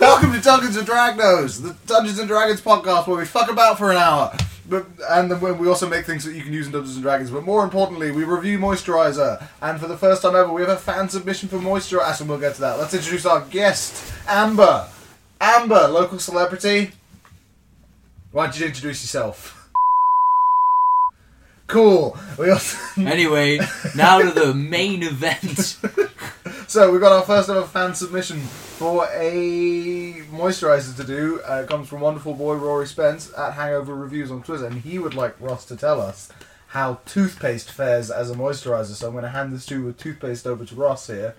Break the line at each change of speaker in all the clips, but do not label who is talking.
Welcome to Dungeons and Dragnos, the Dungeons and Dragons podcast where we fuck about for an hour. But, and then we also make things that you can use in Dungeons and Dragons. But more importantly, we review moisturizer. And for the first time ever, we have a fan submission for moisturizer. And we'll get to that. Let's introduce our guest, Amber. Amber, local celebrity. Why don't you introduce yourself? Cool. We also,
Anyway, now to the main event.
so we've got our first ever fan submission for a moisturizer to do. Uh, it comes from wonderful boy Rory Spence at Hangover Reviews on Twitter, and he would like Ross to tell us how toothpaste fares as a moisturizer. So I'm going to hand this tube of toothpaste over to Ross here,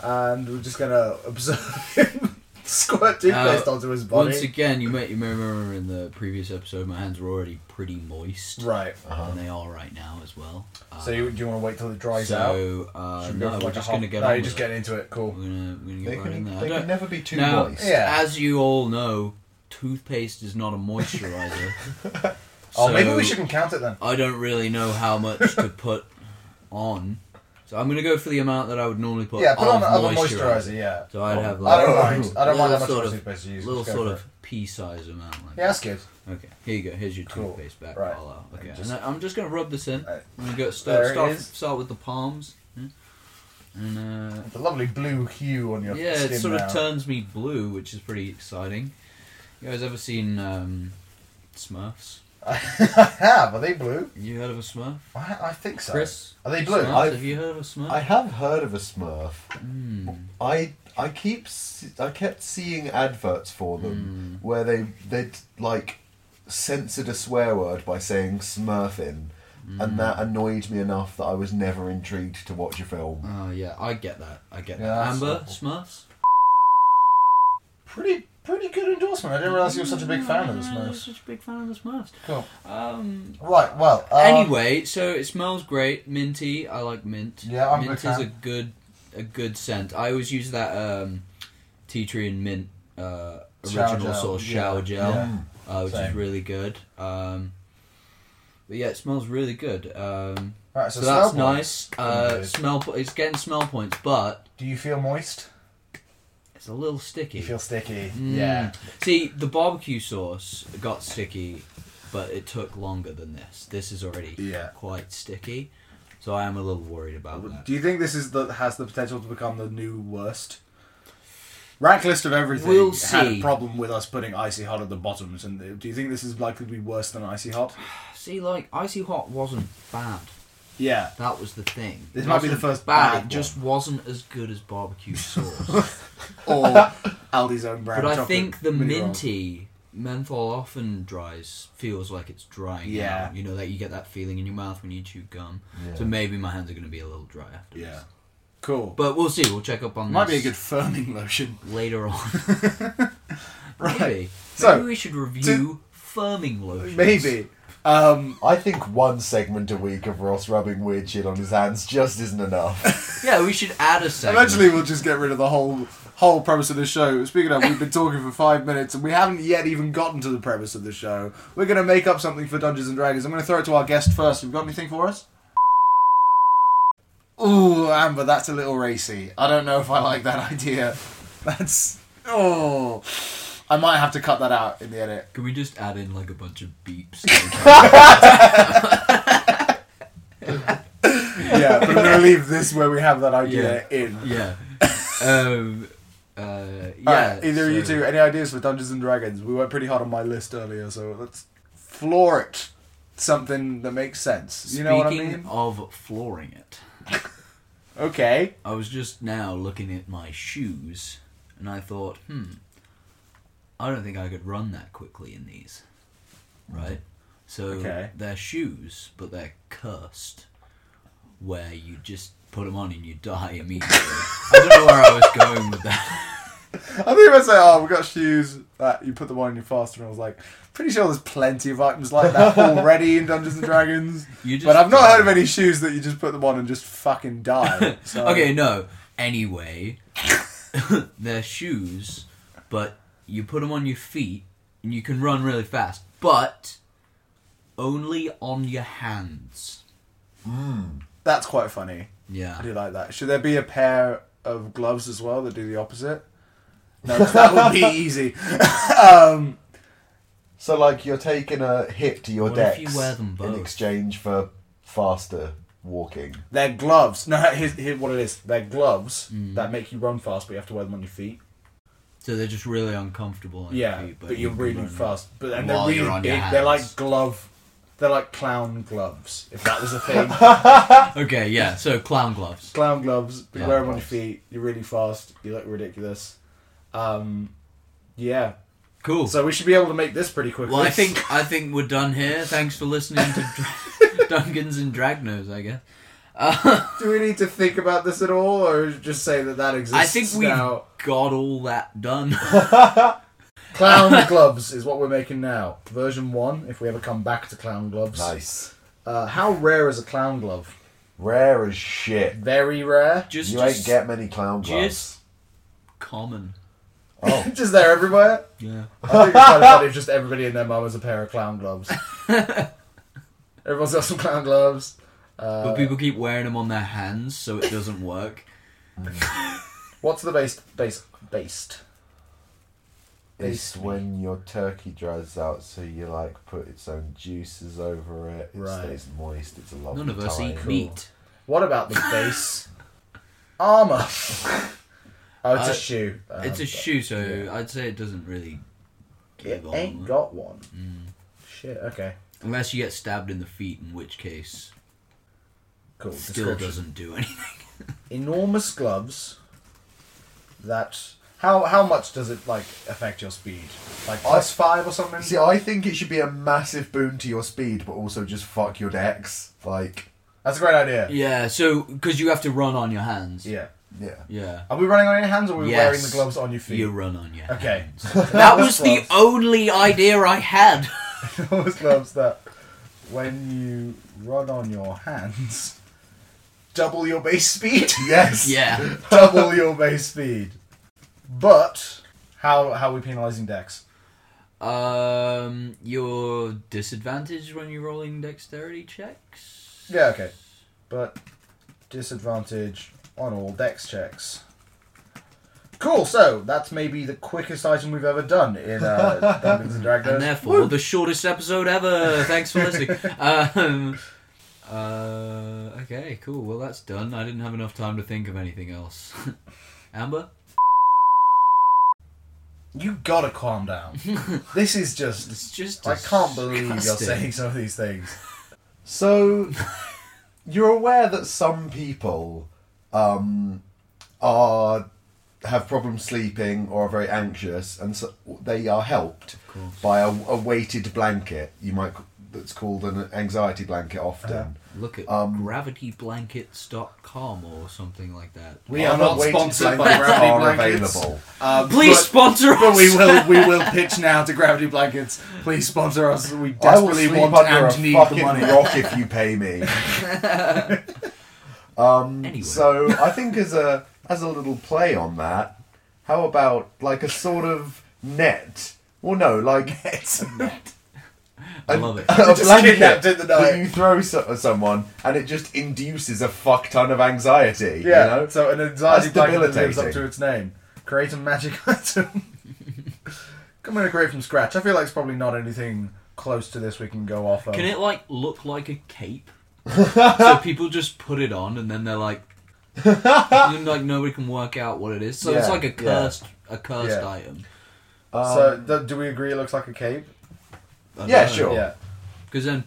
and we're just going to observe him squirt toothpaste
Uh,
onto his body.
Once again, you may you may remember in the previous episode, my hands were already pretty moist,
right. Uh-huh.
and they are right now as well. Uh,
So you, do you want to wait till it dries out?
so uh,
Should we go
no,
for
we're
like a
just
hot-
gonna get
No,
on
you're
with
just
it.
getting into it. Cool.
We're gonna, we're gonna get
They
right
can,
in there. I
they
don't-
can never be too
now,
moist.
Yeah.
as you all know, toothpaste is not a moisturizer.
Oh, maybe
so
we shouldn't count it then.
I don't really know how much to put on, so I'm gonna go for the amount that I would normally put.
Yeah, put on
of
other moisturizer. Yeah.
So I'd have
I
like
don't mind. I don't mind how much
little sort
sort
of-
toothpaste you use.
little
Just go
sort
for
of
it.
pea-sized amount. Like
Yeah, that's good.
Okay, here you go. Here's your
Cool.
toothpaste back,
Right.
Carla.
And
Okay, and
just-
I- I'm just gonna rub this in.
Right.
I'm gonna go start
There it
start,
is.
start with the palms, yeah. and uh,
The lovely blue hue on your
yeah,
skin
it sort
now.
of turns me blue, which is pretty exciting. You guys ever seen um, Smurfs?
I have. Are they blue?
You heard of a Smurf,
I, I think so.
Chris?
Are they blue?
Smurfs?
I-
Have you heard of a Smurf?
I have heard of a Smurf.
Mm.
I I keep se- I kept seeing adverts for
Mm.
them where they they'd like censored a swear word by saying Smurfing, and that annoyed me enough that I was never intrigued to watch a film.
Oh yeah, I get that. I get
Yeah,
that.
that's
Amber
awful.
Smurfs.
Pretty pretty good endorsement. I didn't realise you were such a big fan of the
Mm, I was
Smurfs.
Such a big fan of the Smurfs.
Cool.
Um,
Right. Well. Um,
anyway, so it smells great, minty. I like mint.
Yeah, I'm a
mint
big
is
fan.
a good a good scent. I always use that um, tea tree and mint uh,
Shower
original
gel,
sort of
yeah.
shower gel,
Yeah.
uh, which is
Same.
really good. Um, but yeah, it smells really good. Um,
Right. So,
so that's
smell points.
nice. Uh,
Good.
smell. po- It's getting smell points, but
Do you feel moist?
it's a little
You
sticky.
feel sticky.
Mm.
Yeah.
See, the barbecue sauce got sticky, but it took longer than this. This is already
Yeah.
quite sticky, so I am a little worried about that.
Do you think this is the has the potential to become the new worst? Rank list of everything
We'll
had a
see.
problem with us putting icy hot at the bottoms, and do you think this is likely to be worse than icy hot?
See, like icy hot wasn't bad.
Yeah,
That was the thing.
This
It
might be the
wasn't
first
bad.
bad
It
one.
just wasn't as good as barbecue sauce.
or Aldi's own brand.
but I
chocolate
think the
mini roll.
minty menthol often dries feels like it's drying.
Yeah.
out. you know that you get that feeling in your mouth when you chew gum.
Yeah.
So maybe my hands are going to be a little dry after
Yeah,
this.
cool. But
But we'll see. We'll check up on
might be
this.
a good firming lotion.
later on.
Right.
Maybe.
So,
maybe we should review firming lotions.
Maybe. Um,
I think one segment a week of Ross rubbing weird shit on his hands just isn't enough.
Yeah, we should add a segment.
eventually, we'll just get rid of the whole whole premise of the show. Speaking of, we've been talking for five minutes and we haven't yet even gotten to the premise of the show. We're going to make up something for Dungeons and Dragons. I'm going to throw it to our guest first. You've got anything for us? Ooh, Amber, that's a little racy. I don't know if I like that idea. That's oh, I might have to cut that out in the edit.
Can we just add in like a bunch of beeps?
Yeah, but I'm going to leave this where we have that idea in.
yeah. Um, uh, yeah.
Alright, either of you
so-
two, any ideas for Dungeons and Dragons? We went pretty hard on my list earlier, so let's floor it. Something that makes sense. You know what I
Speaking
mean?
of flooring it,
Okay.
I was just now looking at my shoes, and I thought, hmm, I don't think I could run that quickly in these. Right? So
Okay.
they're shoes, but they're cursed, where you just put them on and you die immediately. I don't know where I was going with that.
I think I say, oh, we got shoes. That you put them on and you're faster. And I was like, pretty sure there's plenty of items like that already in Dungeons and Dragons.
You just
But I've not
die.
heard of any shoes that you just put them on and just fucking die. So.
Okay, no. Anyway, they're shoes, but you put them on your feet and you can run really fast. But only on your hands.
That's quite funny. I do
Yeah.
like that. Should there be a pair of gloves as well that do the opposite? No, 'cause that would be easy. um,
So like you're taking a hit to your
What
deck
if you wear them both?
in exchange for faster walking.
they're gloves. No, here's, here's what it is. They're gloves
Mm.
that make you run fast, but you have to wear them on your feet.
So they're just really uncomfortable. on your
Yeah,
feet,
but, you're
you can
really
run.
fast. But and they're
while
really
you're on your
big. They're
hands.
like glove. They're like clown gloves. If that was a thing,
Okay, yeah. So clown gloves.
clown gloves. But you
Clown
wear them on your
gloves.
feet. You're really fast. You look ridiculous. Um, yeah.
Cool.
So we should be able to make this pretty quickly.
well, I think I think we're done here. Thanks for listening to Dra- Dungeons and Dragnos. I guess.
Do we need to think about this at all, or just say that that exists?
I think we've
now?
got all that done.
Clown gloves is what we're making now. Version one, if we ever come back to clown gloves.
Nice.
Uh, how rare is a clown glove?
Rare as shit.
Very rare.
just
you
just
ain't get many clown gloves.
just common.
Oh,
just there everywhere.
Yeah.
I think it's kind of funny if just everybody and their mum has a pair of clown gloves. Everyone's got some clown gloves.
But people keep wearing them on their hands, so it doesn't work.
What's the base? Base? Based.
it's when your turkey dries out, so you like put its own juices over it. It
Right.
stays moist. It's a lovely
None of us
time.
eat meat.
What about the base armor? Oh, it's
Uh,
a shoe. Um,
It's a
but
shoe, so I'd say it doesn't really
It
give on.
ain't got one. Shit. Okay.
Unless you get stabbed in the feet, in which case,
Cool.
still
Description.
doesn't do anything.
Enormous gloves. That. How how much does it like affect your speed? Like plus five or something?
See, I think it should be a massive boon to your speed, but also just fuck your decks. Like,
That's a great idea.
Yeah, so because you have to run on your hands.
Yeah.
yeah.
Yeah.
Are we running on your hands or are we
Yes.
wearing the gloves on your feet?
You run on your
Okay.
hands. That was the
Gloves.
only idea I had.
Thomas loves that when you run on your hands, double your base speed.
Yes.
yeah.
double your base speed. But how how are we penalising decks?
Um, you're disadvantaged when you're rolling dexterity checks.
Yeah, okay. But disadvantage on all dex checks. Cool. So that's maybe the quickest item we've ever done in uh, Dungeons and Dragons.
and therefore the shortest episode ever. Thanks for listening. um, uh, okay, cool. Well, that's done. I didn't have enough time to think of anything else. Amber,
you gotta calm down. this is just
it's just
I can't believe you're
disgusting.
saying some of these things.
So, you're aware that some people um, are have problems sleeping or are very anxious, and so they are helped
course.
by a, a weighted blanket. You might c- that's called an anxiety blanket often.
Uh-huh.
Look at
Um,
gravityblankets.com or something like that.
We
Other
are not
weighted
sponsored by
blankets are
Gravity Blankets.
available.
Um,
Please
but-
sponsor us.
But we will we will pitch now to Gravity Blankets. Please sponsor us. We
I will
desperately
sleep
want
under a
and need the
fucking
money.
rock if you pay me. um,
Anyway.
So I think as a as a little play on that, how about like a sort of net? Well, no, like
I love it.
a
Just
blanket
kidnapped in the
that
night.
you throw so- at someone, and it just induces a fuck ton of anxiety.
Yeah.
You know?
So an anxiety
That's
blanket that lives up
debilitating.
to its name. Create a magic item. I'm gonna create from scratch. I feel like it's probably not anything close to this we can go off of.
Can it like look like a cape? so people just put it on and then they're like, and, like nobody can work out what it is. So it's
Yeah,
like a
yeah.
cursed, a cursed
Yeah.
item.
so
Um,
Um,
th- do we agree it looks like a cape?
I
Yeah,
don't know.
sure.
Yeah.
Because then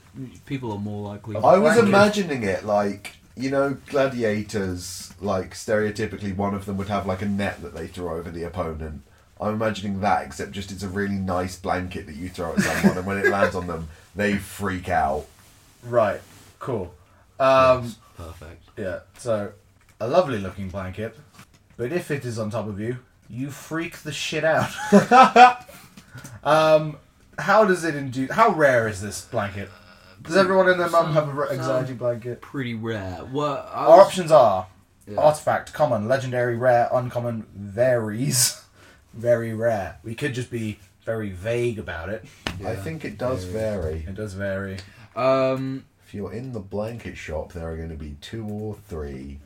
people are more likely.
A
I was
blanket.
imagining it like you know gladiators like stereotypically one of them would have like a net that they throw over the opponent. I'm imagining that except just it's a really nice blanket that you throw at someone and when it lands on them they freak out.
Right. Cool. Um,
Perfect.
Yeah, so a lovely looking blanket, but if it is on top of you, you freak the shit out. um, how does it induce? How rare is this blanket? Does everyone and their mum have an anxiety blanket?
Pretty rare. Well, I
Our
was-
options are
Yeah.
artifact, common, legendary, rare, uncommon, varies, very rare. We could just be very vague about it.
I think it does vary.
It does vary.
Um,
If you're in the blanket shop, there are going to be two or three.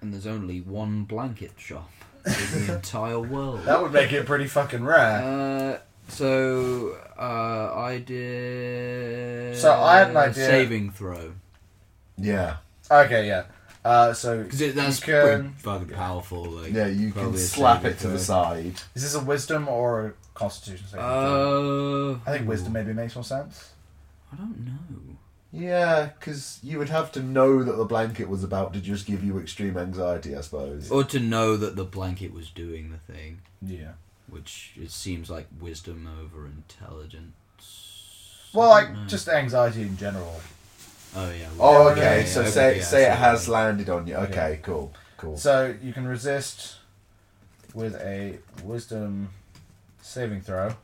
and there's only one blanket shop in the entire world.
That would make it pretty fucking rare.
Uh, so uh, I did.
So I had an idea.
Saving throw
Yeah,
Okay, yeah. Uh, so
because that's
you can-
pretty fucking powerful. Like,
yeah. You can
probably a
slap
saving
it to the
throw.
side.
is this a wisdom or a constitution? saving throw?
Uh,
I think wisdom maybe makes more sense.
I don't know.
Yeah, because you would have to know that the blanket was about to just give you extreme anxiety, I suppose.
Oh,
Or to know that the blanket was doing the thing,
Yeah.
which it seems like wisdom over intelligence.
Well, like
No.
just anxiety in general.
Oh yeah.
Oh,
Yeah,
okay.
yeah,
so
yeah,
say
okay, yeah,
say it
so-
has landed on you. Okay,
Okay.
cool, cool.
So you can resist with a wisdom saving throw.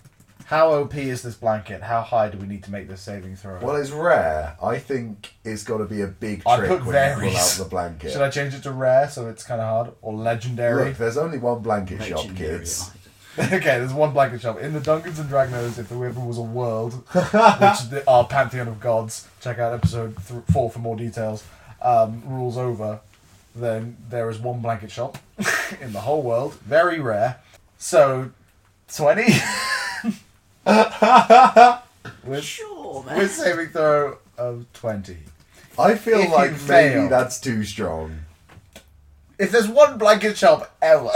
How OP is this blanket? How high do we need to make this saving throw?
well, it's rare. I think it's got to be a big
I
trick
put
when you
varies.
pull out the blanket.
Should I change it to rare so it's kind of hard or legendary?
Look, there's only one blanket shop,
Legendary
kids.
item.
okay, there's one blanket shop in the Dungeons and Dragons. If the river was a world, which the, our pantheon of gods, check out episode th- four for more details. Um, rules over, then there is one blanket shop in the whole world, very rare. So, twenty. with,
Sure, man.
with saving throw of twenty.
I feel
If you
like maybe
fail.
that's too strong.
If there's one blanket shop ever.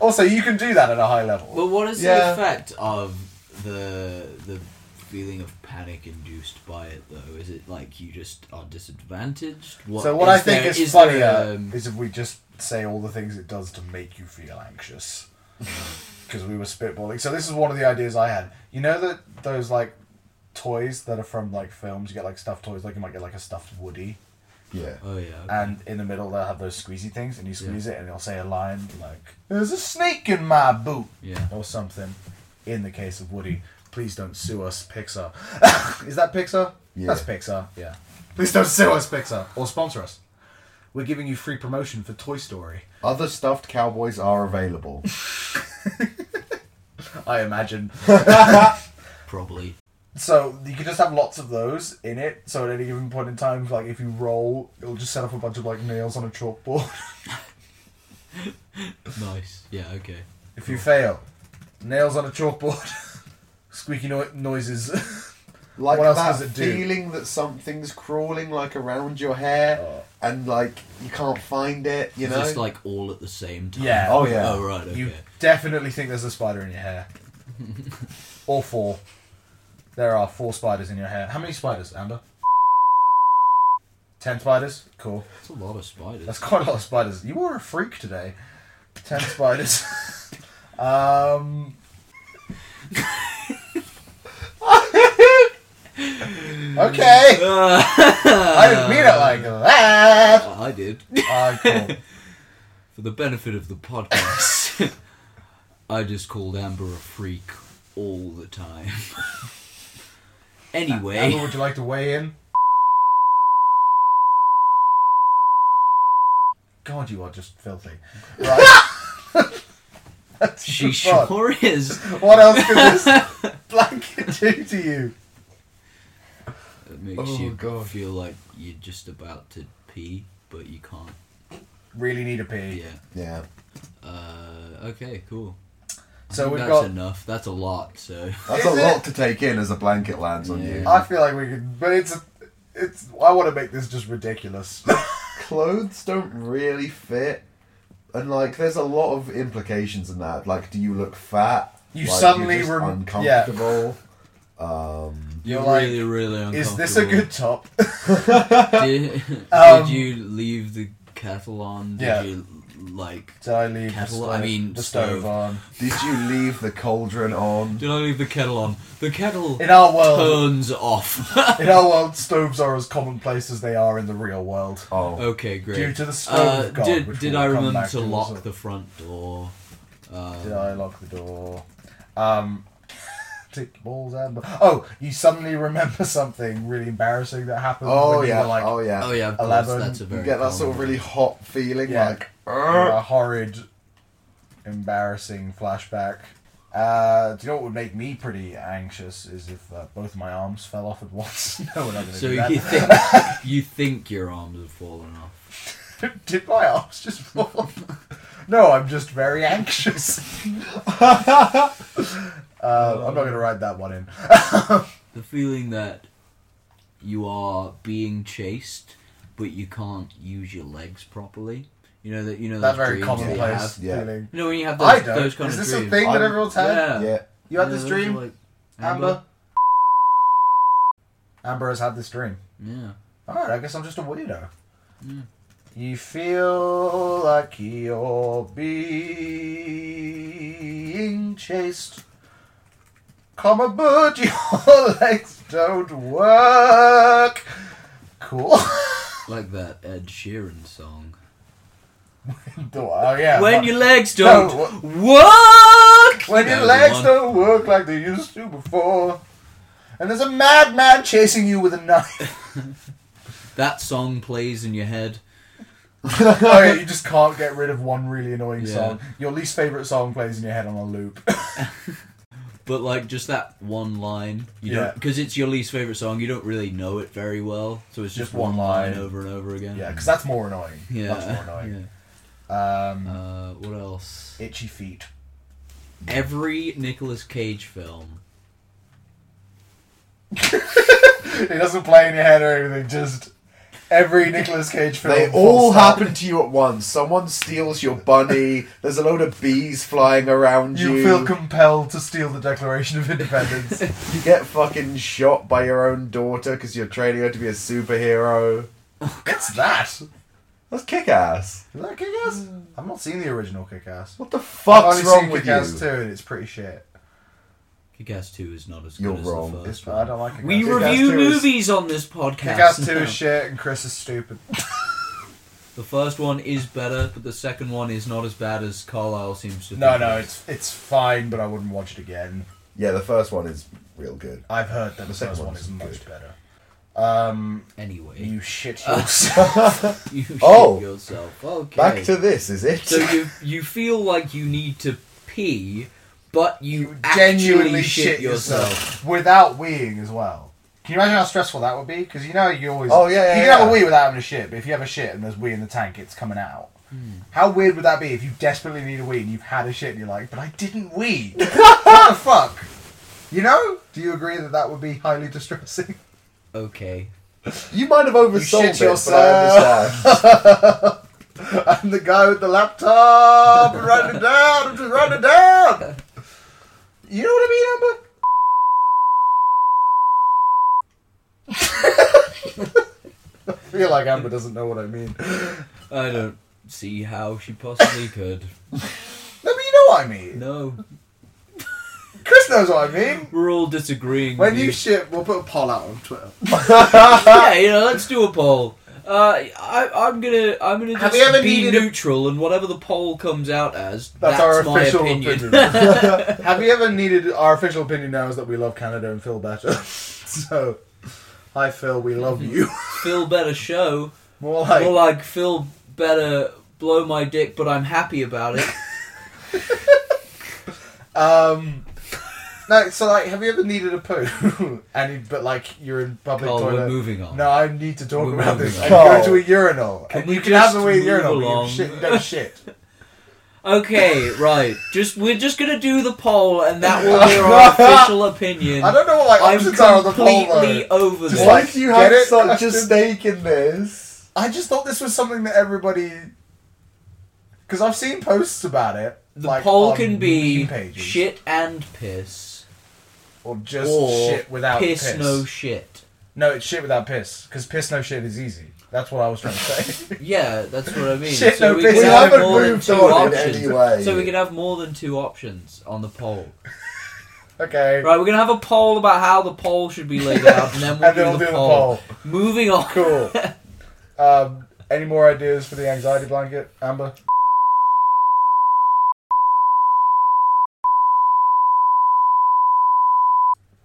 also, you can do that at a high level.
But what is
Yeah.
the effect of the the feeling of panic induced by it though? Is it like you just are disadvantaged? What,
so what I think
there-
is,
there,
funnier
um,
is if we just say all the things it does to make you feel anxious. Because we were spitballing. So this is one of the ideas I had. You know that those like toys that are from like films, you get like stuffed toys, like you might get like a stuffed Woody,
Yeah.
oh yeah. okay.
and in the middle they'll have those squeezy things, and you squeeze it, and it'll say a line like "There's a snake in my boot"
yeah.
or something. In the case of Woody, please don't sue us, Pixar. Is that Pixar?
Yeah.
That's Pixar. Yeah. Please don't sue us, Pixar, or sponsor us. We're giving you free promotion for Toy Story.
Other stuffed cowboys are available.
I imagine.
Probably.
so you could just have lots of those in it. So at any given point in time, like if you roll, it'll just set up a bunch of like nails on a chalkboard.
Nice. Yeah. Okay.
if you fail, nails on a chalkboard. Squeaky no- noises.
Like
What else
that
does it do?
feeling that something's crawling like around your hair
Oh.
and like you can't find it, you
It's
know?
just like all at the same time.
Yeah.
oh yeah.
Oh right. Okay.
You definitely think there's a spider in your hair. or four. There are four spiders in your hair. How many spiders, Amber? Ten spiders? Cool.
That's a lot of spiders.
That's quite a lot of spiders. You are a freak today. Ten spiders. um. okay. I didn't mean it like that.
I did.
Ah, cool.
For the benefit of the podcast, I just called Amber a freak all the time. anyway.
Amber, would you like to weigh in? God, you are just filthy. Right. That's
She
good fun.
sure is.
What else could this blanket do to you?
It makes
Oh,
you
God.
feel like you're just about to pee, but you can't.
Really need a pee.
Yeah.
yeah.
Uh, okay, cool. I
So
think
we've
that's
got.
enough. That's a lot. So
That's
Is
a
it?
lot to take in as a blanket lands on you. Uh,
Yeah.
I feel like we could, but it's a, it's. I want to make this just ridiculous.
Clothes don't really fit. And like there's a lot of implications in that. Like do you look fat?
You
Like,
suddenly
you're just
rem-
uncomfortable. Um
You're
you're
like,
really, really uncomfortable.
Is this a good top?
Did,
Um,
did you leave the kettle on? Did
Yeah.
you like?
Did I leave the
Kettle,
stove,
I mean,
the stove,
stove.
on?
Did you leave the cauldron on?
Did I leave the kettle on? The kettle
In our world,
turns off.
in our world, stoves are as commonplace as they are in the real world.
Oh,
okay, great.
Due to the stove
uh,
of God,
did
which
did
we'll
I
come
remember
back
to
to
lock
also.
the front door? Um,
Did I lock the door? Um, tick balls and oh, you suddenly remember something really embarrassing that happened.
oh
when you
yeah,
were, like,
oh yeah.
Oh yeah, of course,
Eleven,
that's a
you
very
You get that sort of
common-
really hot feeling,
Yeah.
like
a
"Urgh."
horrid, embarrassing flashback. Uh, do you know what would make me pretty anxious is if uh, both my arms fell off at once. no, we're not going to
So
do that.
you think you think your arms have fallen off?
Did my arms just fall off? No, I'm just very anxious. uh, I'm not going to write that one in.
The feeling that you are being chased, but you can't use your legs properly. You know that you know
That
those
very
dreams that you
commonplace
have?
Yeah.
feeling.
You know when you have
I
those,
don't.
those kind
Is
of
this
dreams.
a thing that
I'm-
everyone's had?
Yeah.
Yeah.
You had
Yeah,
this
those are
dream,
like-
Amber? Amber? has had this dream.
Yeah.
Alright, I guess I'm just a weirdo.
Mm.
You feel like you're being chased. Comma, but your legs don't work. Cool.
Like that Ed Sheeran song.
oh, yeah.
when
but-
your legs
No,
don't work.
When
That
your
was
legs
one.
don't work like they used to before. And there's a madman chasing you with a knife.
That song plays in your head.
oh, yeah, you just can't get rid of one really annoying
Yeah.
song. Your least favourite song plays in your head on a loop.
But like just that one line, you
Yeah.
don't because it's your least favorite song. You don't really know it very well, so it's just,
Just one line.
over and over again.
yeah, because that's more annoying.
yeah,
Much more annoying.
yeah.
Um,
Uh, what else?
itchy feet.
Every Nicolas Cage film.
It doesn't play in your head or anything, just every Nicolas Cage film.
They
full
all
stop.
happen to you at once. Someone steals your bunny. There's a load of bees flying around you.
You feel compelled to steal the Declaration of Independence.
You get fucking shot by your own daughter because you're training her to be a superhero.
What's that? Is
That's kick ass.
that Kick Ass? I've not seen the original Kick Ass.
What the
I've
fuck's
only
wrong
seen
with
Kick-Ass
you?
2 and it's pretty shit.
Kick-Ass Two is not as
You're
good
wrong.
as the first
It's,
one.
I don't like Kick
we
Ass.
Kick-Ass
review
2 is-
movies on this podcast.
Kick Ass 2
now.
is shit and Chris is stupid.
The first one is better, but the second one is not as bad as Carlisle seems to.
No,
think
no,
it is.
it's it's fine, but I wouldn't watch it again.
Yeah, the first one is real good.
I've heard that the,
second
first one
one
is
is
much
good.
better. Um,
anyway.
you shit yourself.
You shit
Oh.
yourself. Okay.
Back to this, is it?
So you you feel like you need to pee, but you,
you
actually
genuinely
shit, yourself.
without weeing as well. Can you imagine how stressful that would be? Because you know you always
Oh, yeah, yeah,
you can have a
yeah.
wee without having a shit, but if you have a shit and there's wee in the tank, it's coming out. How weird would that be if you desperately need a wee and you've had a shit and you're like, but I didn't wee. what the fuck? You know? Do you agree that that would be highly distressing?
Okay.
You might have oversold
You
it,
shit
but I
yourself.
understand.
I'm the guy with the laptop. I'm writing it down. I'm just writing it down. You know what I mean, Amber? I feel like Amber doesn't know what I mean. No,
I don't see how she possibly could.
but you know what I mean.
No,
Chris knows what I mean.
we're all disagreeing.
When
with
you shit, we'll put a poll out on Twitter.
yeah, you know, let's do a poll. Uh, I, I'm gonna, I'm gonna
Have
just
you ever
be
needed a-
neutral, and whatever the poll comes out as,
That's our
my
official
opinion.
Have you ever needed our official opinion now is that we love Canada and Phil better? so, hi Phil, we love you.
Phil better show,
More like
more like Phil better blow my dick, but I'm happy about it.
Um, no, so like, have you ever needed a poo? and you- but like, you're in public
Carl,
toilet.
Oh, we're moving on.
No, I need to talk
We're
about
moving
this.
on.
And you go
Carl.
to a urinal, and
we
you can have the
just
way
move
urinal, but
along?
you shit, you don't shit.
Okay, right. Just we're just gonna do the poll, and that will be our official opinion.
I don't know what my
I'm
options are on the poll
completely
though.
over
Just
this.
Why
like-
do you
Get
have
it?
such a stake in this?
I just thought this was something that everybody, because I've seen posts about it.
the
like,
poll
on
can be
meme pages,
shit and piss,
or just
or
shit without piss.
piss, no shit.
no, it's shit without piss. Because piss no shit is easy. That's what I was trying to say.
Yeah, that's what I mean.
Shit,
so
no
we
piss.
can
We
have
haven't
more than
moved
two
on in
options.
any way.
So we can have more than two options on the poll.
okay.
Right, we're gonna have a poll about how the poll should be laid out, and then we'll
And then we'll
do, the,
do the
poll.
poll.
Moving on.
Cool. um, any more ideas for the anxiety blanket, Amber?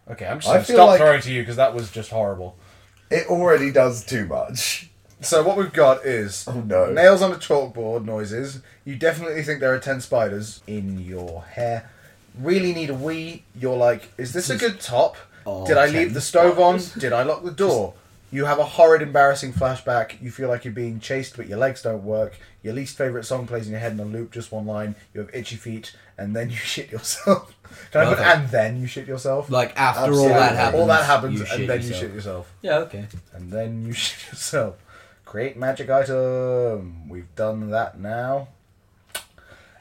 Okay, I'm just
I
gonna
feel
stop
like-
throwing to you because that was just horrible.
It already does too much.
So what we've got is
Oh no.
nails on a chalkboard noises. You definitely think there are ten spiders in your hair. really need a wee, you're like, is this a good top?
Oh,
Did I
ten
leave the stove on? Did I lock the door? You have a horrid, embarrassing flashback. You feel like you're being chased, but your legs don't work. Your least favorite song plays in your head in a loop, just one line. You have itchy feet, and then you shit yourself. Can I put
Perfect.
and then you shit yourself?
Like after
Absolutely.
all that happens,
all that happens,
you shit
and then
yourself.
you shit yourself,
Yeah, okay.
and then you shit yourself. Create magic item. We've done that now.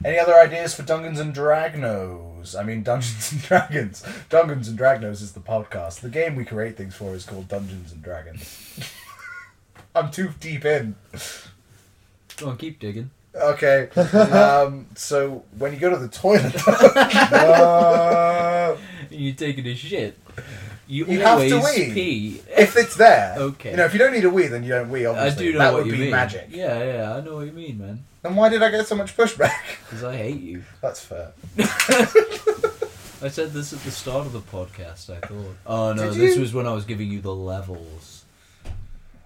Any other ideas for Dungeons and Dragnos? I mean, Dungeons and Dragons. Dungeons and Dragnos is the podcast. The game we create things for is called Dungeons and Dragons. I'm too deep in.
Go on, keep digging.
Okay. Um, so when you go to the toilet, uh,
You taking a shit? You,
You have
always
to wee.
pee.
if it's there,
Okay.
You know, if you don't need a wee, then you don't wee.
I
Obviously,
do know
that
what
would
you
be
mean.
magic.
Yeah, yeah, I know what you mean, man.
Then why did I get so much pushback?
Because I hate you.
That's fair.
I said this at the start of the podcast. I thought. Oh no,
Did
this
you?
was when I was giving you the levels.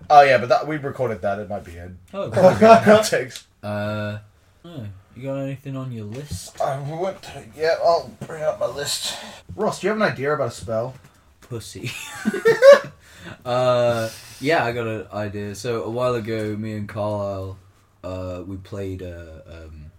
Oh yeah, but that we recorded that. It might be in
Oh,
probably
probably.
be in outtakes.
uh, oh, you got anything on your list?
I Um, went. To, yeah, I'll bring up my list. Ross, do you have an idea about a spell?
pussy. uh, yeah, I got an idea. So a while ago, me and Carlisle, uh, we played a um,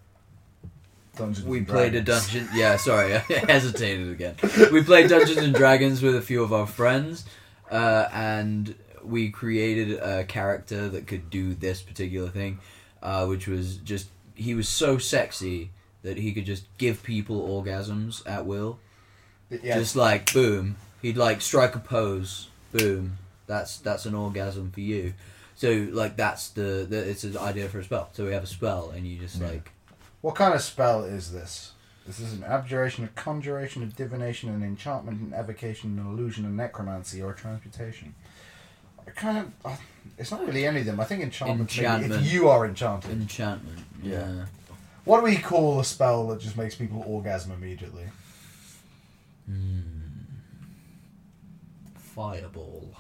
Dungeons
we
and
played a
Dragons.
dungeon. Yeah, sorry, I hesitated again. We played Dungeons and Dragons with a few of our friends, uh, and we created a character that could do this particular thing, uh, which was just he was so sexy that he could just give people orgasms at will.
Yeah.
Just like boom, he'd like strike a pose. Boom, that's that's an orgasm for you. So like that's the, the it's an idea for a spell. So we have a spell, and you just like
What kind of spell is this? This is an abjuration, a conjuration, a divination, an enchantment, an evocation, an illusion, a necromancy, or a transmutation. I kind of. I, it's not really any of them. I think enchantment.
Enchantment.
If you are enchanted.
enchantment.
Yeah.
Yeah.
what do we call a spell that just makes people orgasm immediately?
Fireball.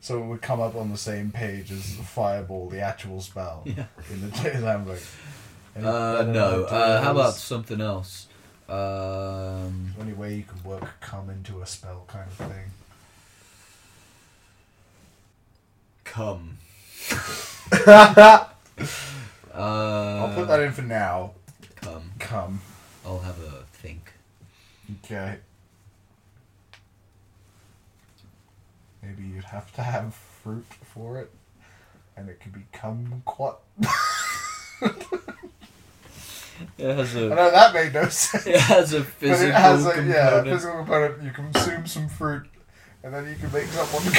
So it would come up on the same page as Fireball, the actual spell
Yeah.
in the Jay's Handbook. Any- I
Uh,
don't
no.
know,
Uh, how about
ideas?
something else? Um,
Any way you can work come into a spell kind of thing.
come. uh, I'll
I'll put that in for now.
Come.
Come.
I'll have a think.
Okay. Maybe you'd have to have fruit for it, and it could be kumquat.
It has
I
a.
know that made Oh, no sense.
It has a
But
physical
it has a
component.
yeah, a physical component. You consume some fruit, and then you can make someone.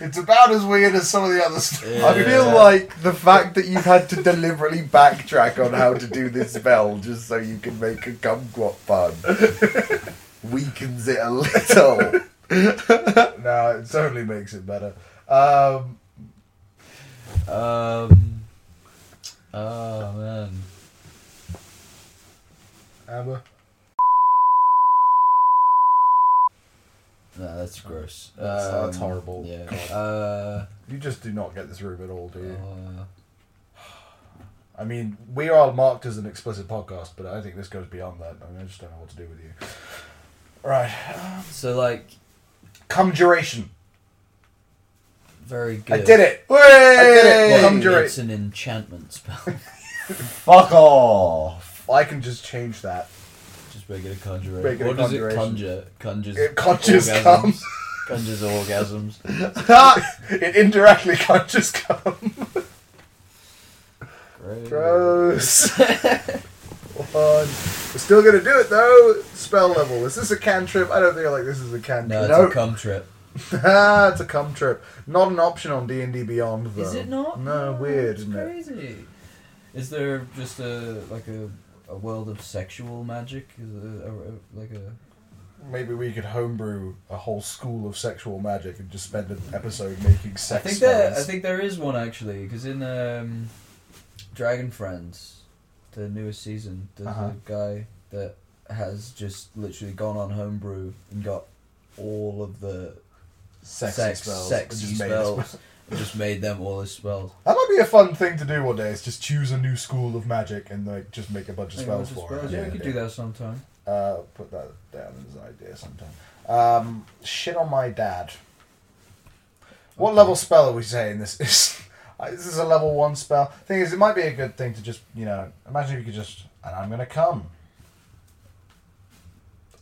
it's about as weird as some of the other stuff.
Yeah.
I feel like the fact that you've had to deliberately backtrack on how to do this spell just so you can make a kumquat pun weakens it a little.
No, it totally makes it better. Um,
Um. Oh man.
Amber,
No, that's gross. Um,
That's- that's horrible.
Yeah. Uh,
you just do not get this room at all, do you?
uh,
I mean, we are marked as an explicit podcast, but I think this goes beyond that. I, mean, I just don't know what to do with you. Right,
so like
conjuration.
very good.
I did it.
Hey!
Well, come-
It's an enchantment spell.
Fuck off.
I can just change that.
Just regular conjuration.
Regular
what does it
conjuration.
conjure? Conjures.
It conjures
orgasms.
cum.
Conjures orgasms.
it indirectly conjures cum.
Gross.
Gross. One. We're still gonna do it though. Spell level. Is this a cantrip? I don't think I like this is a cantrip.
No, it's a
Nope.
cum trip.
Ah, it's a cum trip. Not an option on D and D Beyond though.
Is it not? Oh,
No, weird, isn't it?
Crazy. Is there just a like a a world of sexual magic? Is it a, a, like a
Maybe we could homebrew a whole school of sexual magic and just spend an episode making
I
sex
think there,
spells.
I think there is one actually, because in um, Dragon Friends, the newest season, there's
Uh-huh.
a guy that has just literally gone on homebrew and got all of the
Sexy
sex,
spells.
sexy
Just made
spells,
us-
just made them all his spells.
That might be a fun thing to do one day. Is just choose a new school of magic and like just make a bunch of spells for it.
Yeah, we could do that sometime.
Uh, put that down as an idea sometime. Um, shit on my dad. What level spell are we saying this is? I- this is a level one spell. Thing is, it might be a good thing to just you know imagine if you could just and I'm gonna come.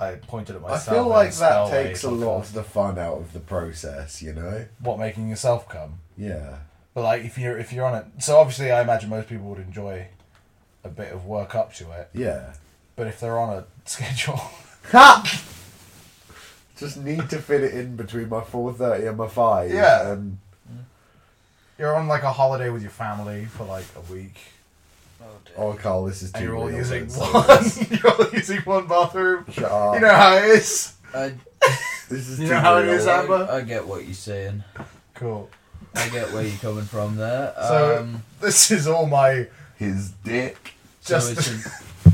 I pointed at
I
myself.
feel
and
like
spell
that takes a
waves.
lot of the fun out of the process, you know?
What making yourself come?
Yeah.
But like if you're if you're on it, so obviously I imagine most people would enjoy a bit of work up to it.
Yeah.
But if they're on a schedule,
Ha! Just need to fit it in between my 4.30 and my 5.
Yeah.
And
you're on like a holiday with your family for like a week,
Oh, Carl, this is too
and you're all
real,
using
man. Sorry.
one. you're all using one bathroom.
Shut up.
You know how it is.
I,
this is
you
too
know how it
real.
is, uh- Amber?
I, I get what you're saying.
Cool.
I get where you're coming from there.
So
um,
this is all my
His dick.
just.
so it's an,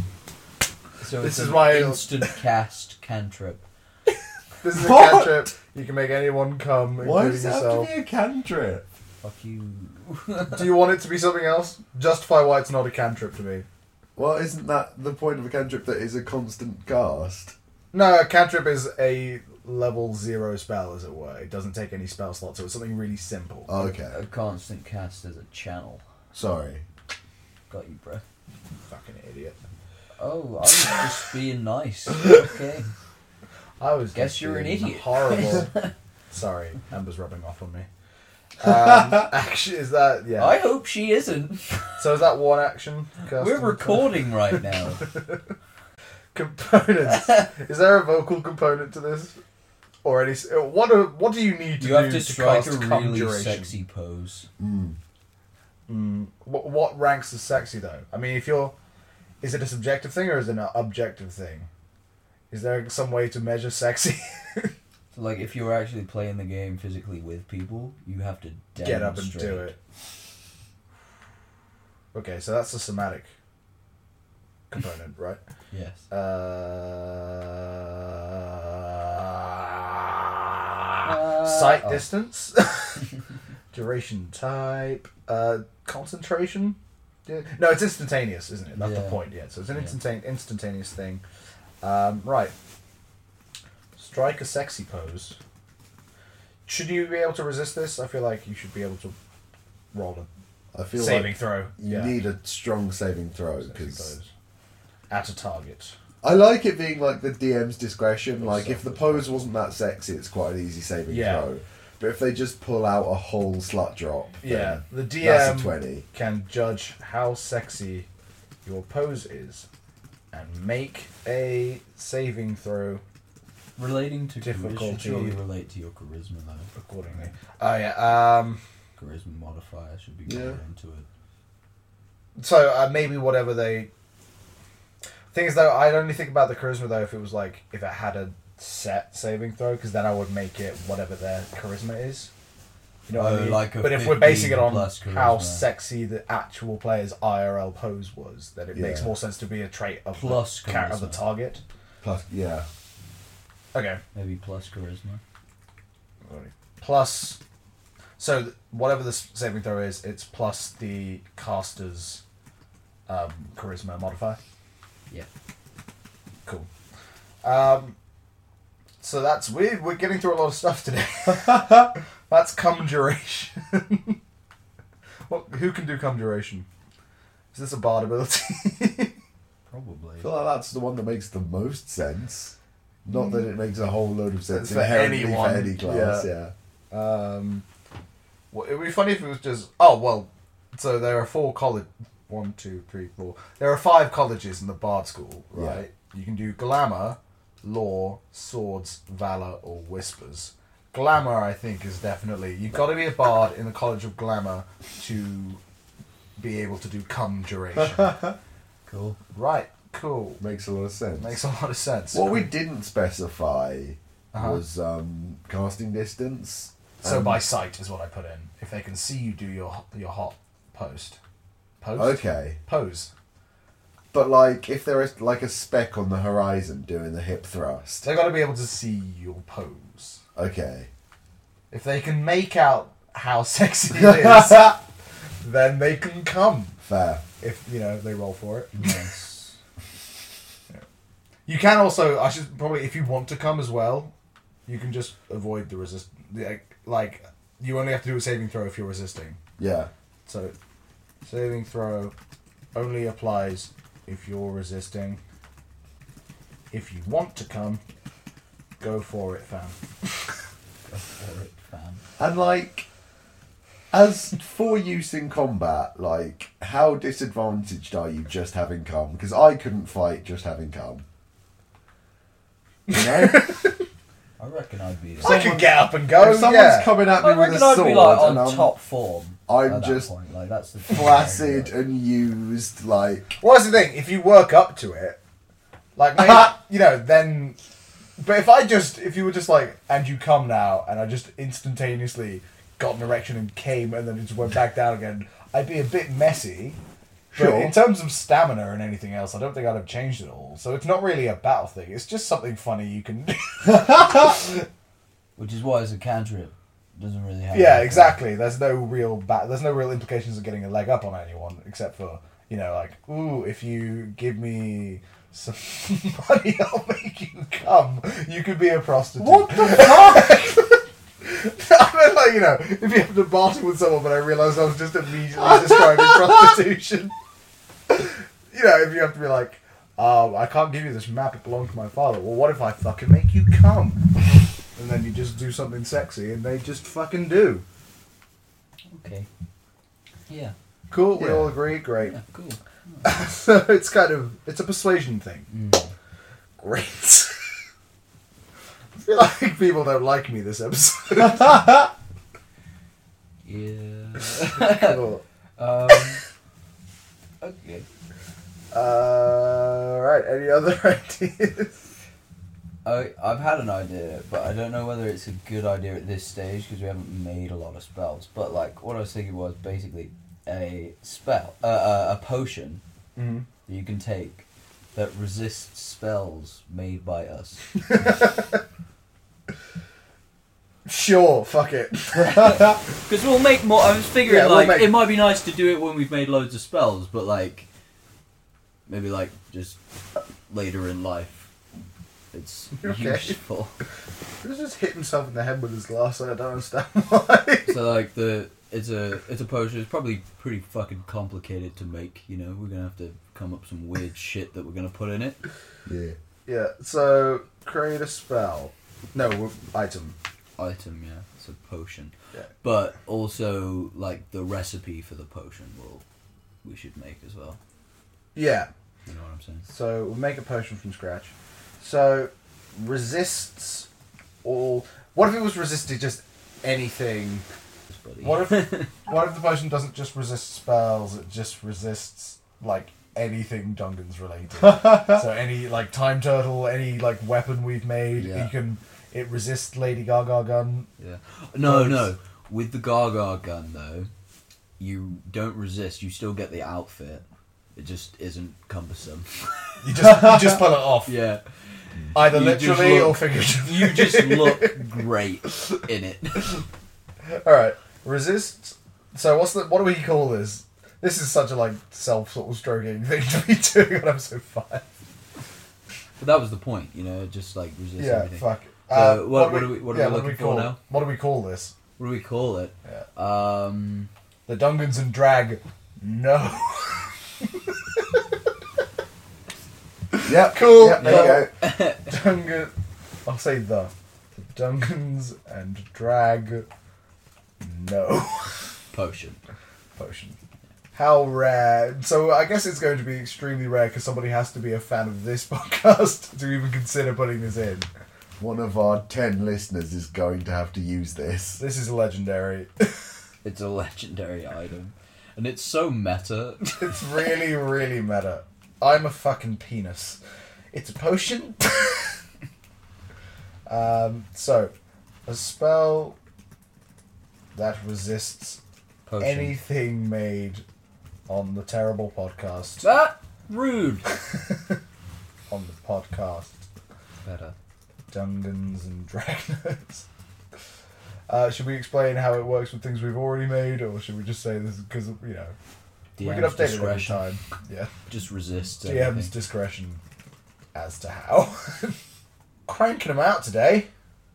so
This
it's
is
an
why it'll-
instant cast cantrip.
this is a
What?
cantrip. You can make anyone come,
Why
including
does it have
yourself.
to be a cantrip?
Fuck you.
Do you want it to be something else? Justify why it's not a cantrip to me.
Well, isn't that the point of a cantrip that is a constant cast?
No, a cantrip is a level zero spell, as it were. It doesn't take any spell slots, so it's something really simple.
Okay.
A constant cast is a channel.
Sorry.
Got you, bro.
Fucking idiot.
Oh, I was just being nice. Okay.
I was.
Guess
just
you're an
being
idiot.
Horrible. Sorry, Amber's rubbing off on me. Um, actually, is that yeah?
I hope she isn't.
So is that one action? Cast
We're
and-
recording right now.
components. is there a vocal component to this, or any? s- uh, What do what do you need to do
You have to strike a
cast
really
conjuration?
sexy pose.
Mm.
Mm, what, what ranks as sexy though? I mean, if you're, is it a subjective thing or is it an objective thing? Is there some way to measure sexy?
So, like, if you're actually playing the game physically with people, you have to demonstrate.
Get up and do it. Okay, so that's the somatic component, right?
Yes.
Uh, sight
oh.
distance, duration type, uh, concentration. Yeah. No, it's instantaneous, isn't it? That's the
Yeah.
point. Yeah, so it's an
Yeah.
instantan- instantaneous thing. Um, right. Strike a sexy pose. Should you be able to resist this? I feel like you should be able to roll
I
a
feel
saving
like
throw.
you
yeah.
need a strong saving throw
Sexy
because
pose. at a target.
I like it being like the DM's discretion. Like if the
Yourself.
pose wasn't that sexy, it's quite an easy saving
Yeah.
throw. But if they just pull out a whole slut drop, then
Yeah, the DM
that's a twenty.
can judge how sexy your pose is and make a saving throw
Relating to
Difficulty.
charisma. Should you relate to your charisma, though?
accordingly. Oh yeah. Um,
Charisma modifier should be
Yeah.
built into it.
so uh, maybe whatever they. Thing is, though, I'd only think about the charisma though if it was like if it had a set saving throw, because then I would make it whatever their charisma is. You know what
Oh,
I mean?
like a
but if we're basing it
15
on
plus
how
charisma.
sexy the actual player's IRL pose was, then it makes
Yeah.
more sense to be a trait of the
Plus
char- of the
charisma.
target.
Plus, yeah,
Okay.
Maybe plus charisma.
Plus, so th- whatever the s- saving throw is, it's plus the caster's um, charisma modifier.
Yeah.
Cool. Um, so that's weird. We're getting through a lot of stuff today. that's conjuration. what? Who can do conjuration? Is this a bard ability?
Probably.
I feel like that's the one that makes the most sense. Not that it makes a whole load of sense
It's for
inherently
anyone,
Hmm. for any class. Yeah,
Um, well, it would be funny if it was just oh well. So there are four college. One, two, three, four. There are five colleges in the Bard School,
Yeah.
right? You can do glamour, law, swords, valor, or whispers. Glamour, I think, is definitely you've got to be a bard in the College of Glamour to be able to do conjuration.
Cool.
right, cool.
makes a lot of sense.
Makes a lot of sense.
What we didn't specify
Uh-huh.
was um, casting distance.
so
Um,
by sight is what I put in. If they can see you do your your hot post, post,
okay,
pose.
but like if there is like a speck on the horizon doing the hip thrust.
They got to be able to see your pose.
Okay,
If they can make out how sexy it is, then they can come
Fair.
if you know they roll for it. Yeah. You can also, I should probably, if you want to come as well, you can just avoid the resist. the- Like you only have to do a saving throw if you're resisting.
Yeah.
So, saving throw only applies if you're resisting. If you want to come, go for it, fam.
And like, as for use in combat, like, how disadvantaged are you just having come? Because I couldn't fight just having come. You know, if
I reckon I'd be.
I can get up and go.
someone's
yeah.
coming at me
I
with a
reckon I'd
sword
be like
and
on
I'm
top form.
I'm
at that
just
point. like that's the
flaccid and used, like,
Well, that's the thing. If you work up to it, like maybe, you know, then. But if I just, if you were just like, and you come now, and I just instantaneously got an erection and came, and then just went back down again, I'd be a bit messy. But
Sure.
in terms of stamina and anything else, I don't think I'd have changed at all. So it's not really a battle thing. It's just something funny you can do.
Which is why it's a cantrip. Doesn't really have.
yeah,
any-
exactly. There's no real ba- There's no real implications of getting a leg up on anyone, except for you know, like, ooh, if you give me some money, I'll make you come. You could be a prostitute. What the fuck? I mean, like you know, if you have to barter with someone, but I realised I was just immediately describing prostitution. You know, if you have to be like, um, I can't give you this map; it belonged to my father. Well, what if I fucking make you come? and then you just do something sexy, and they just fucking do.
Okay. Yeah.
Cool, we
Yeah.
all agree. Great.
Yeah. Cool.
so it's kind of it's a persuasion thing. Great. I feel like people don't like me this episode.
Yeah.
Cool.
um, okay.
Uh, right. Any other ideas?
I, I've had an idea, but I don't know whether it's a good idea at this stage because we haven't made a lot of spells. But like, what I was thinking was basically a spell, uh, uh, a potion
Mhm.
that you can take that resists spells made by us.
Sure. Fuck it.
Because we'll make more. I was figuring
Yeah, we'll
like
make-
it might be nice to do it when we've made loads of spells, but like maybe like just later in life, it's
Okay.
useful.
He's just hit himself in the head with his glass. I don't understand why.
so like the it's a it's a potion. It's probably pretty fucking complicated to make. You know, we're gonna have to come up some weird shit that we're gonna put in it.
yeah.
yeah. So create a spell. No w- item.
Item, yeah, it's a potion.
Yeah.
But also like the recipe for the potion will we should make as well.
Yeah.
You know what I'm saying?
So we'll make a potion from scratch. So resists all. What if it was resisted just anything?
This buddy.
What if what if the potion doesn't just resist spells? It just resists like anything Dungeons related. so any like time turtle, any like weapon we've made,
Yeah.
you can. It resists Lady Gaga gun.
Yeah. No,
Close.
no. With the Gaga gun though, you don't resist. You still get the outfit. It just isn't cumbersome.
You just you just pull it off
Yeah.
either
You just
literally or
look-
figuratively.
You just look great in it.
All right, resist. So what's the what do we call this? This is such a like self sort of stroking thing to be doing on episode five.
But that was the point, you know, just like resist
Yeah,
everything.
fuck. Uh,
So what- what
do
are we- what are we
do
looking for
call,
now?
What do we call this?
What do we call it?
Yeah.
Um
The Dungans and Drag. No.
Yep.
Cool.
Yep, there you go.
Dungan. I'll say the. The Dungans and Drag. No.
potion.
Potion. How rare. So I guess it's going to be extremely rare because somebody has to be a fan of this podcast to even consider putting this in.
One of our ten listeners is going to have to use this.
This is legendary.
It's a legendary item. And it's so meta.
It's really, really meta. I'm a fucking penis. It's a potion. um, so, a spell that resists
Potion.
anything made on the terrible podcast.
Ah, rude.
On the podcast,
Better.
Dungeons and Dragons. Uh, should we explain how it works with things we've already made, or should we just say this because you know we can
DM's
update it every
discretion.
time? Yeah,
Just resist.
DM's
everything.
discretion as to how cranking them out today.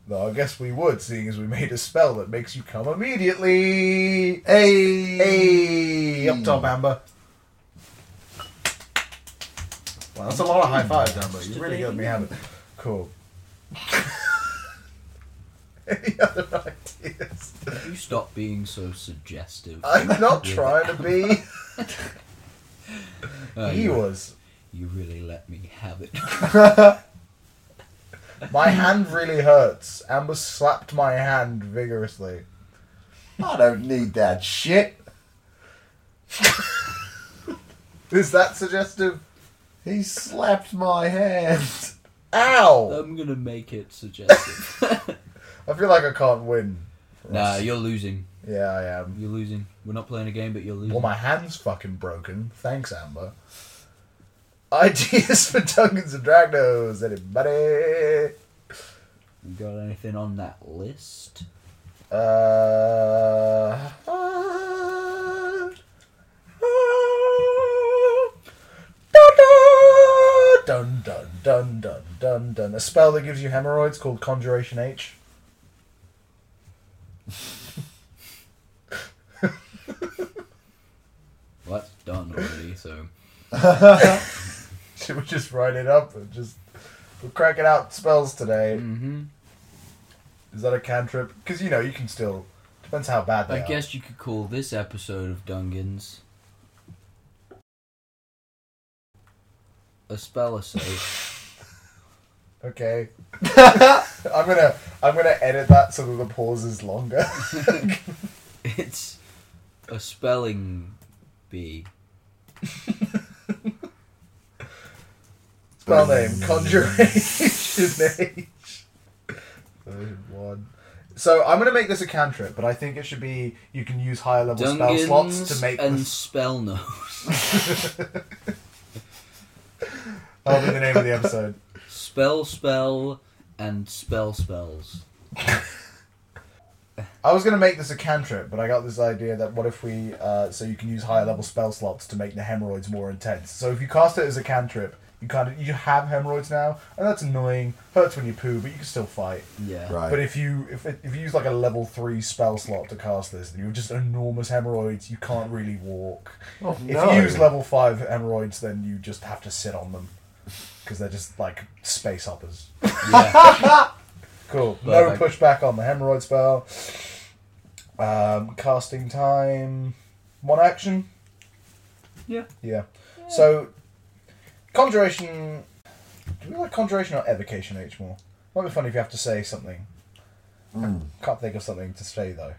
Though I guess we would, seeing as we made a spell that makes you come immediately.
Hey,
Hey, up top, Amber. Wow, that's a lot of high fives, Amber. You really got me hammered. Cool. Any other ideas?
You stop being so suggestive.
I'm not
Yeah.
trying to be.
Oh,
he
you,
was.
You really let me have it.
My hand really hurts. Amber slapped my hand vigorously.
I don't need that shit.
Is that suggestive?
He slapped my hand.
Ow!
I'm gonna make it suggestive.
I feel like I can't win.
nah, you're losing.
Yeah, I am.
You're losing. We're not playing a game, but you're losing.
Well, my hand's fucking broken. Thanks, Amber. Ideas for
Uh,
Dungeons and Dragons, anybody?
You got anything on that list?
Uh, dun dun dun dun dun dun. A spell that gives you hemorrhoids called Conjuration H.
Well, that's done already. So
Should we just write it up and just we're cracking out spells today?
mm-hmm.
Is that a cantrip? Because you know you can still depends how bad they
I
are.
guess you could call this episode of Dungans a spell assault.
Okay. I'm gonna I'm gonna edit that so that the pause is longer.
it's a spelling bee.
Spell name conjuration H. One. So I'm gonna make this a cantrip, but I think it should be you can use higher level spell slots
Dungans
to make
and
this.
spell nose.
That'll be the name of the episode.
spell spell and spell spells.
I was gonna make this a cantrip, but I got this idea that what if we uh, so you can use higher level spell slots to make the hemorrhoids more intense. So if you cast it as a cantrip, you kind of you have hemorrhoids now, and that's annoying. Hurts when you poo, but you can still fight.
Yeah.
Right.
But if you if, it, if you use like a level three spell slot to cast this, then you're just enormous hemorrhoids. You can't really walk.
Oh,
if
no.
you use level five hemorrhoids, then you just have to sit on them because they're just like space hoppers.
Yeah.
Cool.
Perfect.
No pushback on the hemorrhoid spell. Um, casting time, one action.
yeah.
Yeah. So, conjuration. Do we like conjuration or evocation H more? Might be funny if you have to say something.
Hmm.
I can't think of something to say though.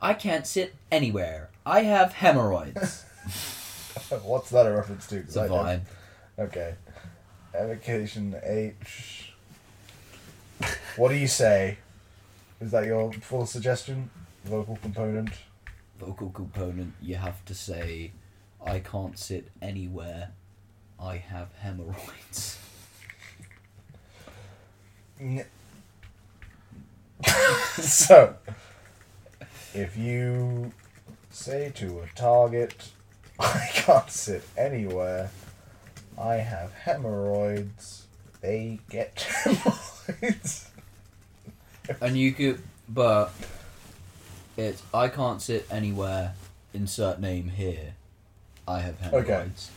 I can't sit anywhere. I have hemorrhoids.
Oh, What's that a reference to? 'Cause
It's a
I don't-
vibe.
Okay. Evocation H. What do you say? Is that your full suggestion? Vocal component.
Vocal component, you have to say, I can't sit anywhere. I have hemorrhoids.
N- so, if you say to a target, I can't sit anywhere, I have hemorrhoids, they get hemorrhoids.
And you could, but it's, I can't sit anywhere, insert name here. I have hemorrhoids.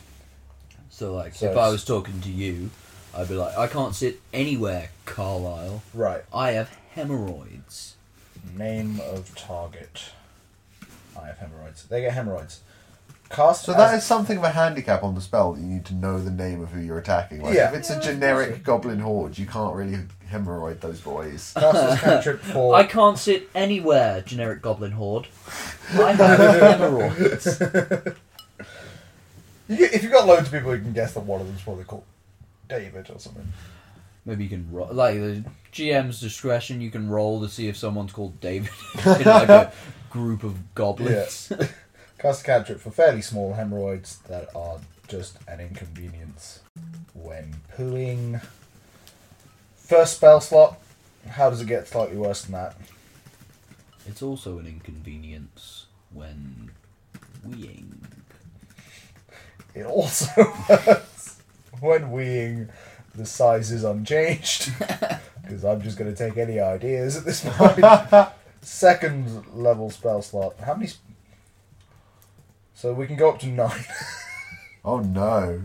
So, like,
So
if I
it's-
was talking to you, I'd be like, I can't sit anywhere, Carlisle.
Right,
I have hemorrhoids.
name of target. I have hemorrhoids. They get hemorrhoids. Cast
So
as-
that is something of a handicap on the spell that you need to know the name of who you're attacking. Like
Yeah.
if it's a generic goblin horde, you can't really hemorrhoid those boys.
cast as cantrip for.
I can't sit anywhere, generic goblin horde. I have hemorrhoids.
You get- if you've got loads of people, you can guess that one of them's probably called David or something.
Maybe you can roll, like the GM's discretion. You can roll to see if someone's called David in like a group of goblins.
Cast a cantrip for fairly small hemorrhoids that are just an inconvenience when pooing. First spell slot, How does it get slightly worse than that?
It's also an inconvenience when weeing.
It also works when weeing the size is unchanged. Because I'm just going to take any ideas at this point. Second level spell slot. How many? Sp- so we can go up to nine.
Oh no.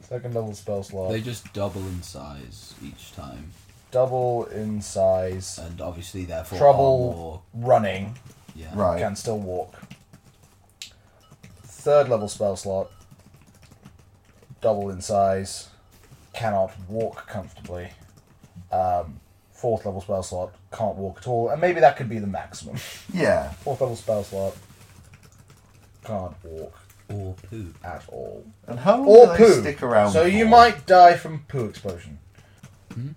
Second level spell slot.
They just double in size each time,
Double in size.
and obviously therefore
Trouble.
are more.
Running.
Yeah.
Right.
can still walk. Third level spell slot, double in size, cannot walk comfortably. Um, fourth level spell slot, can't walk at all, and maybe that could be the maximum.
Yeah.
Fourth level spell slot, can't walk
Or poo.
at all.
And how long
Or
do they
poo.
stick around?
so you
for?
might die from poo explosion.
Hmm?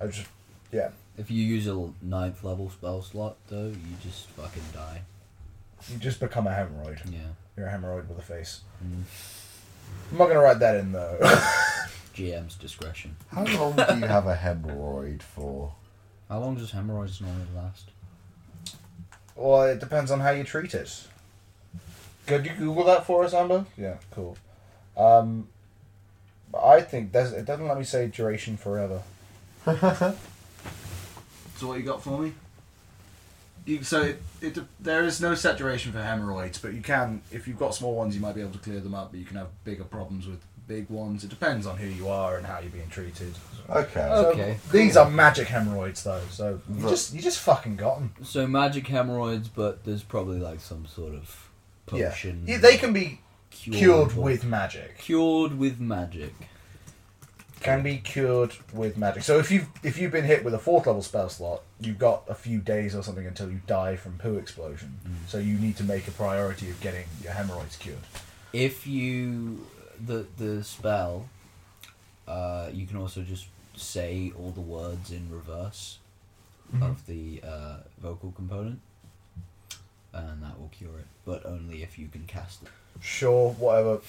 I just, yeah.
If you use a l- ninth level spell slot, though, you just fucking die.
You just become a hemorrhoid.
Yeah.
You're a hemorrhoid with a face.
Hmm.
Mm.
I'm not going to write that in though.
GM's discretion.
How long do you have a hemorrhoid for?
How long does hemorrhoids normally last?
Well, it depends on how you treat it. Could you Google that for us, Amber? Yeah, cool. Um, but I think that's, it doesn't let me say duration forever. So what you got for me? You, so it, it there is no set duration for hemorrhoids, but you can if you've got small ones, you might be able to clear them up, but you can have bigger problems with big ones. It depends on who you are and how you're being treated.
Okay.
Oh. Okay,
So These are magic hemorrhoids, though. So you
Right.
just you just fucking got them.
So magic hemorrhoids, but there's probably like some sort of potion.
Yeah. yeah, they can be cured
or-
with magic.
cured with magic.
Can be cured with magic. So if you've if you've been hit with a fourth level spell slot, you've got a few days or something until you die from poo explosion. So you need to make a priority of getting your hemorrhoids cured.
If you the the spell, uh, you can also just say all the words in reverse
Mm-hmm.
of the uh, vocal component, and that will cure it. But only if you can cast it.
Sure, whatever.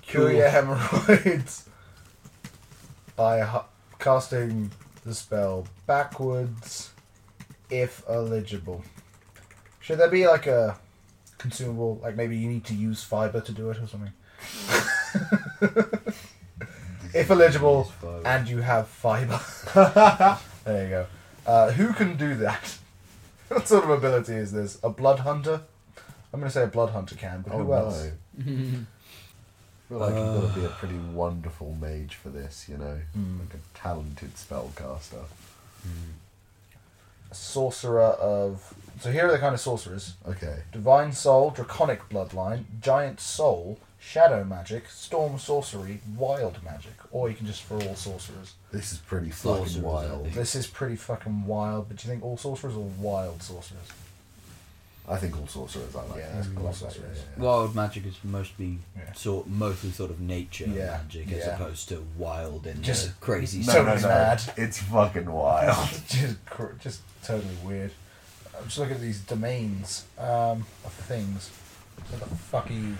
Cure
Cool.
your hemorrhoids by ha- casting the spell backwards, if eligible. Should there be like a consumable? Like maybe you need to use fiber to do it or something. if eligible, and you have fiber. there you go. Uh, who can do that? what sort of ability is this? A blood hunter? I'm going to say a blood hunter can, but
Oh,
who else? Uh.
no. I feel like you've got to be a pretty wonderful mage for this, you know,
Mm.
like a talented spellcaster.
A sorcerer of. So here are the kind of sorcerers
Okay.
Divine Soul, Draconic Bloodline, Giant Soul, Shadow Magic, Storm Sorcery, Wild Magic. Or you can just for all sorcerers.
This is pretty
Sorcerers, I
fucking wild.
think.
This is pretty fucking wild, but do you think all sorcerers or wild sorcerers?
I think all sorcerers I like.
Yeah, that's
I
cool,
like
sorcerers.
that, yeah.
Wild magic is mostly
Yeah.
sort mostly sort of nature
Yeah,
magic as
yeah.
opposed to wild and
Just-
uh, crazy
No,
stuff.
So it's mad.
It's fucking wild.
just, cr- just totally weird. I'm just looking at these domains um, of things. What the fuck are you?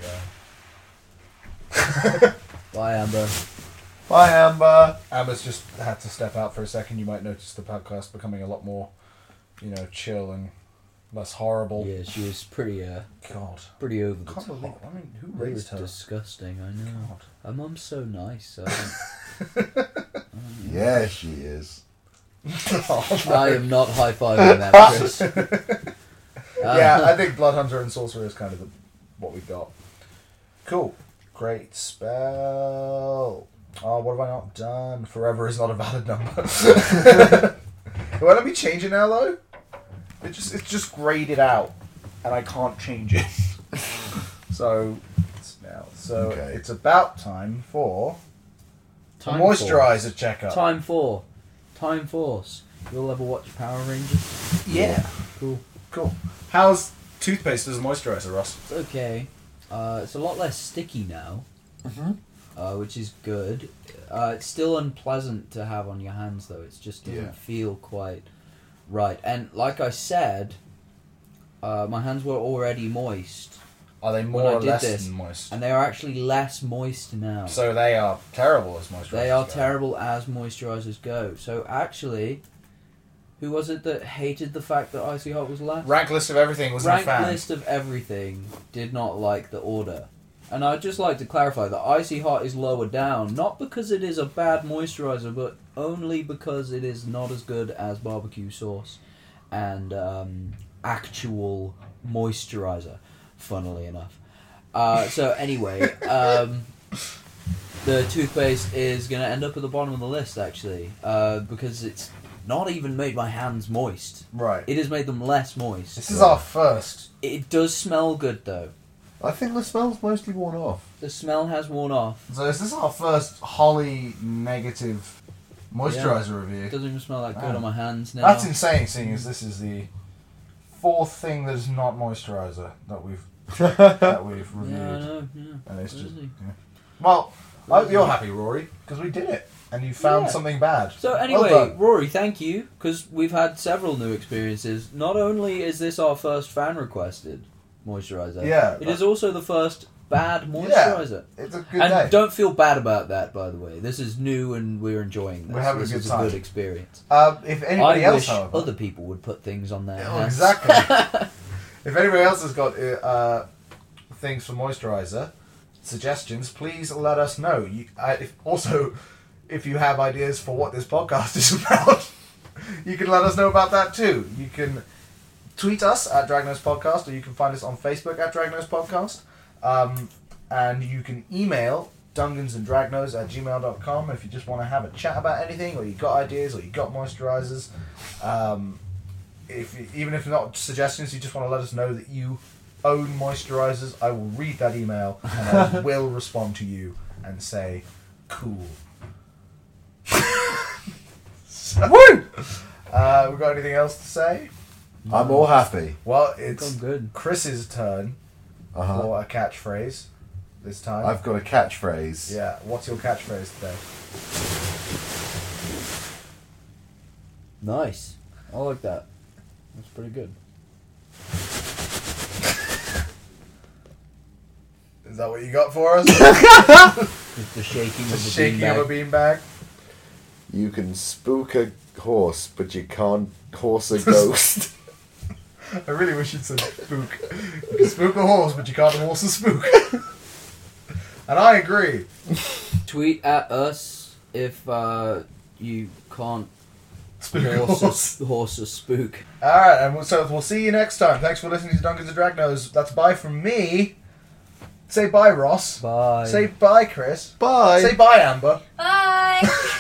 Uh,
Bye, Amber.
Bye, Amber.
Amber's just had to step out for a second. You might notice the podcast becoming a lot more, you know, chill and less horrible.
Yeah, she was pretty uh
God,
pretty over the
can't
top.
believe. I mean, who
It was
raised her?
disgusting. I know.
God.
Her mum's so nice. I, don't-
Yeah, she is.
Oh,
I am not high fiving that, Ah, Chris.
yeah, I think Bloodhunter and Sorcerer is kind of the, what we've got. Cool. Great spell. Oh, what have I not done? Forever is not a valid number. It won't let me change it now, though. It just it's just graded out, and I can't change it. so it's now so
Okay.
it's about time for a
Time
moisturizer
Force.
checkup.
Time four. Time Force. You'll ever watch Power Rangers?
Yeah,
Cool.
cool. How's toothpaste as a moisturizer, Ross?
It's okay. Uh, it's a lot less sticky now,
Mhm.
uh, which is good. Uh, it's still unpleasant to have on your hands, though. It just doesn't
Yeah.
feel quite right. And like I said, uh, my hands were already moist,
Are they
When
more
I
or
did
less
this-
than moist?
and they are actually less moist now.
So they are terrible as moisturizers.
they are
go.
terrible as moisturizers go. So actually, Who was it that hated the fact that Icy Hot was last?
Rank list of everything wasn't a
Rank
fan.
list of everything did not like the order. And I'd just like to clarify that Icy Hot is lower down, not because it is a bad moisturizer, but only because it is not as good as barbecue sauce and um, actual moisturizer, funnily enough. Uh, so, anyway, um, the toothpaste is going to end up at the bottom of the list, actually, uh, because it's not even made my hands moist.
Right.
It has made them less moist.
this is our first.
It does smell good though.
I think the smell's mostly worn off.
The smell has worn off.
So is this our first Holly negative moisturizer review?
It doesn't even smell that good
Wow.
on my hands now.
That's insane, seeing as this is the fourth thing that is not moisturizer that we've that we've reviewed,
yeah, I know, yeah.
and it's just
Really?
yeah. well. I hope you're happy, Rory, because we did it, and you found
Yeah.
something bad.
So
Well
anyway,
done.
Rory, thank you because we've had several new experiences. Not only is this our first fan requested moisturizer,
Yeah.
it is also the first bad moisturizer.
it's a good
and
day.
don't feel bad about that, by the way. This is new and we're enjoying this.
We're having a
this
good
is
time.
a good experience.
Uh,
um,
if anybody
I
else,
wish
however,
other people would put things on their
Oh,
hands.
exactly. if anybody else has got uh, uh, things for moisturizer suggestions, please let us know. You, uh, if, also, if you have ideas for what this podcast is about, you can let us know about that too. You can tweet us at Dragnos Podcast, or you can find us on Facebook at Dragnos Podcast. Um, and you can email dungansanddragnos at gmail.com if you just want to have a chat about anything, or you got ideas, or you got moisturizers. Um, if even if not suggestions, you just want to let us know that you own moisturizers, I will read that email and I will respond to you and say, "Cool." So, Uh, we got anything else to say?
I'm all happy.
Well,
Gone
it's
good.
Chris's turn
Uh-huh.
for a catchphrase this time.
I've got a catchphrase.
yeah, what's your catchphrase today?
Nice. I like that. That's pretty good.
Is that what you got for us? the
With the shaking of the
shaking
beanbag.
of a beanbag.
You can spook a horse, but you can't horse a ghost.
I really wish you'd said spook. You can spook a horse, but you can't horse a spook. and I agree.
Tweet at us if uh, you can't
Spook a
horse
horse.
a, horse a spook.
All right, and we'll- so we'll see you next time. Thanks for listening to Dungeons and Dragnos. That's bye from me. Say bye, Ross.
Bye.
Say bye, Chris.
Bye.
Say bye, Amber.
Bye.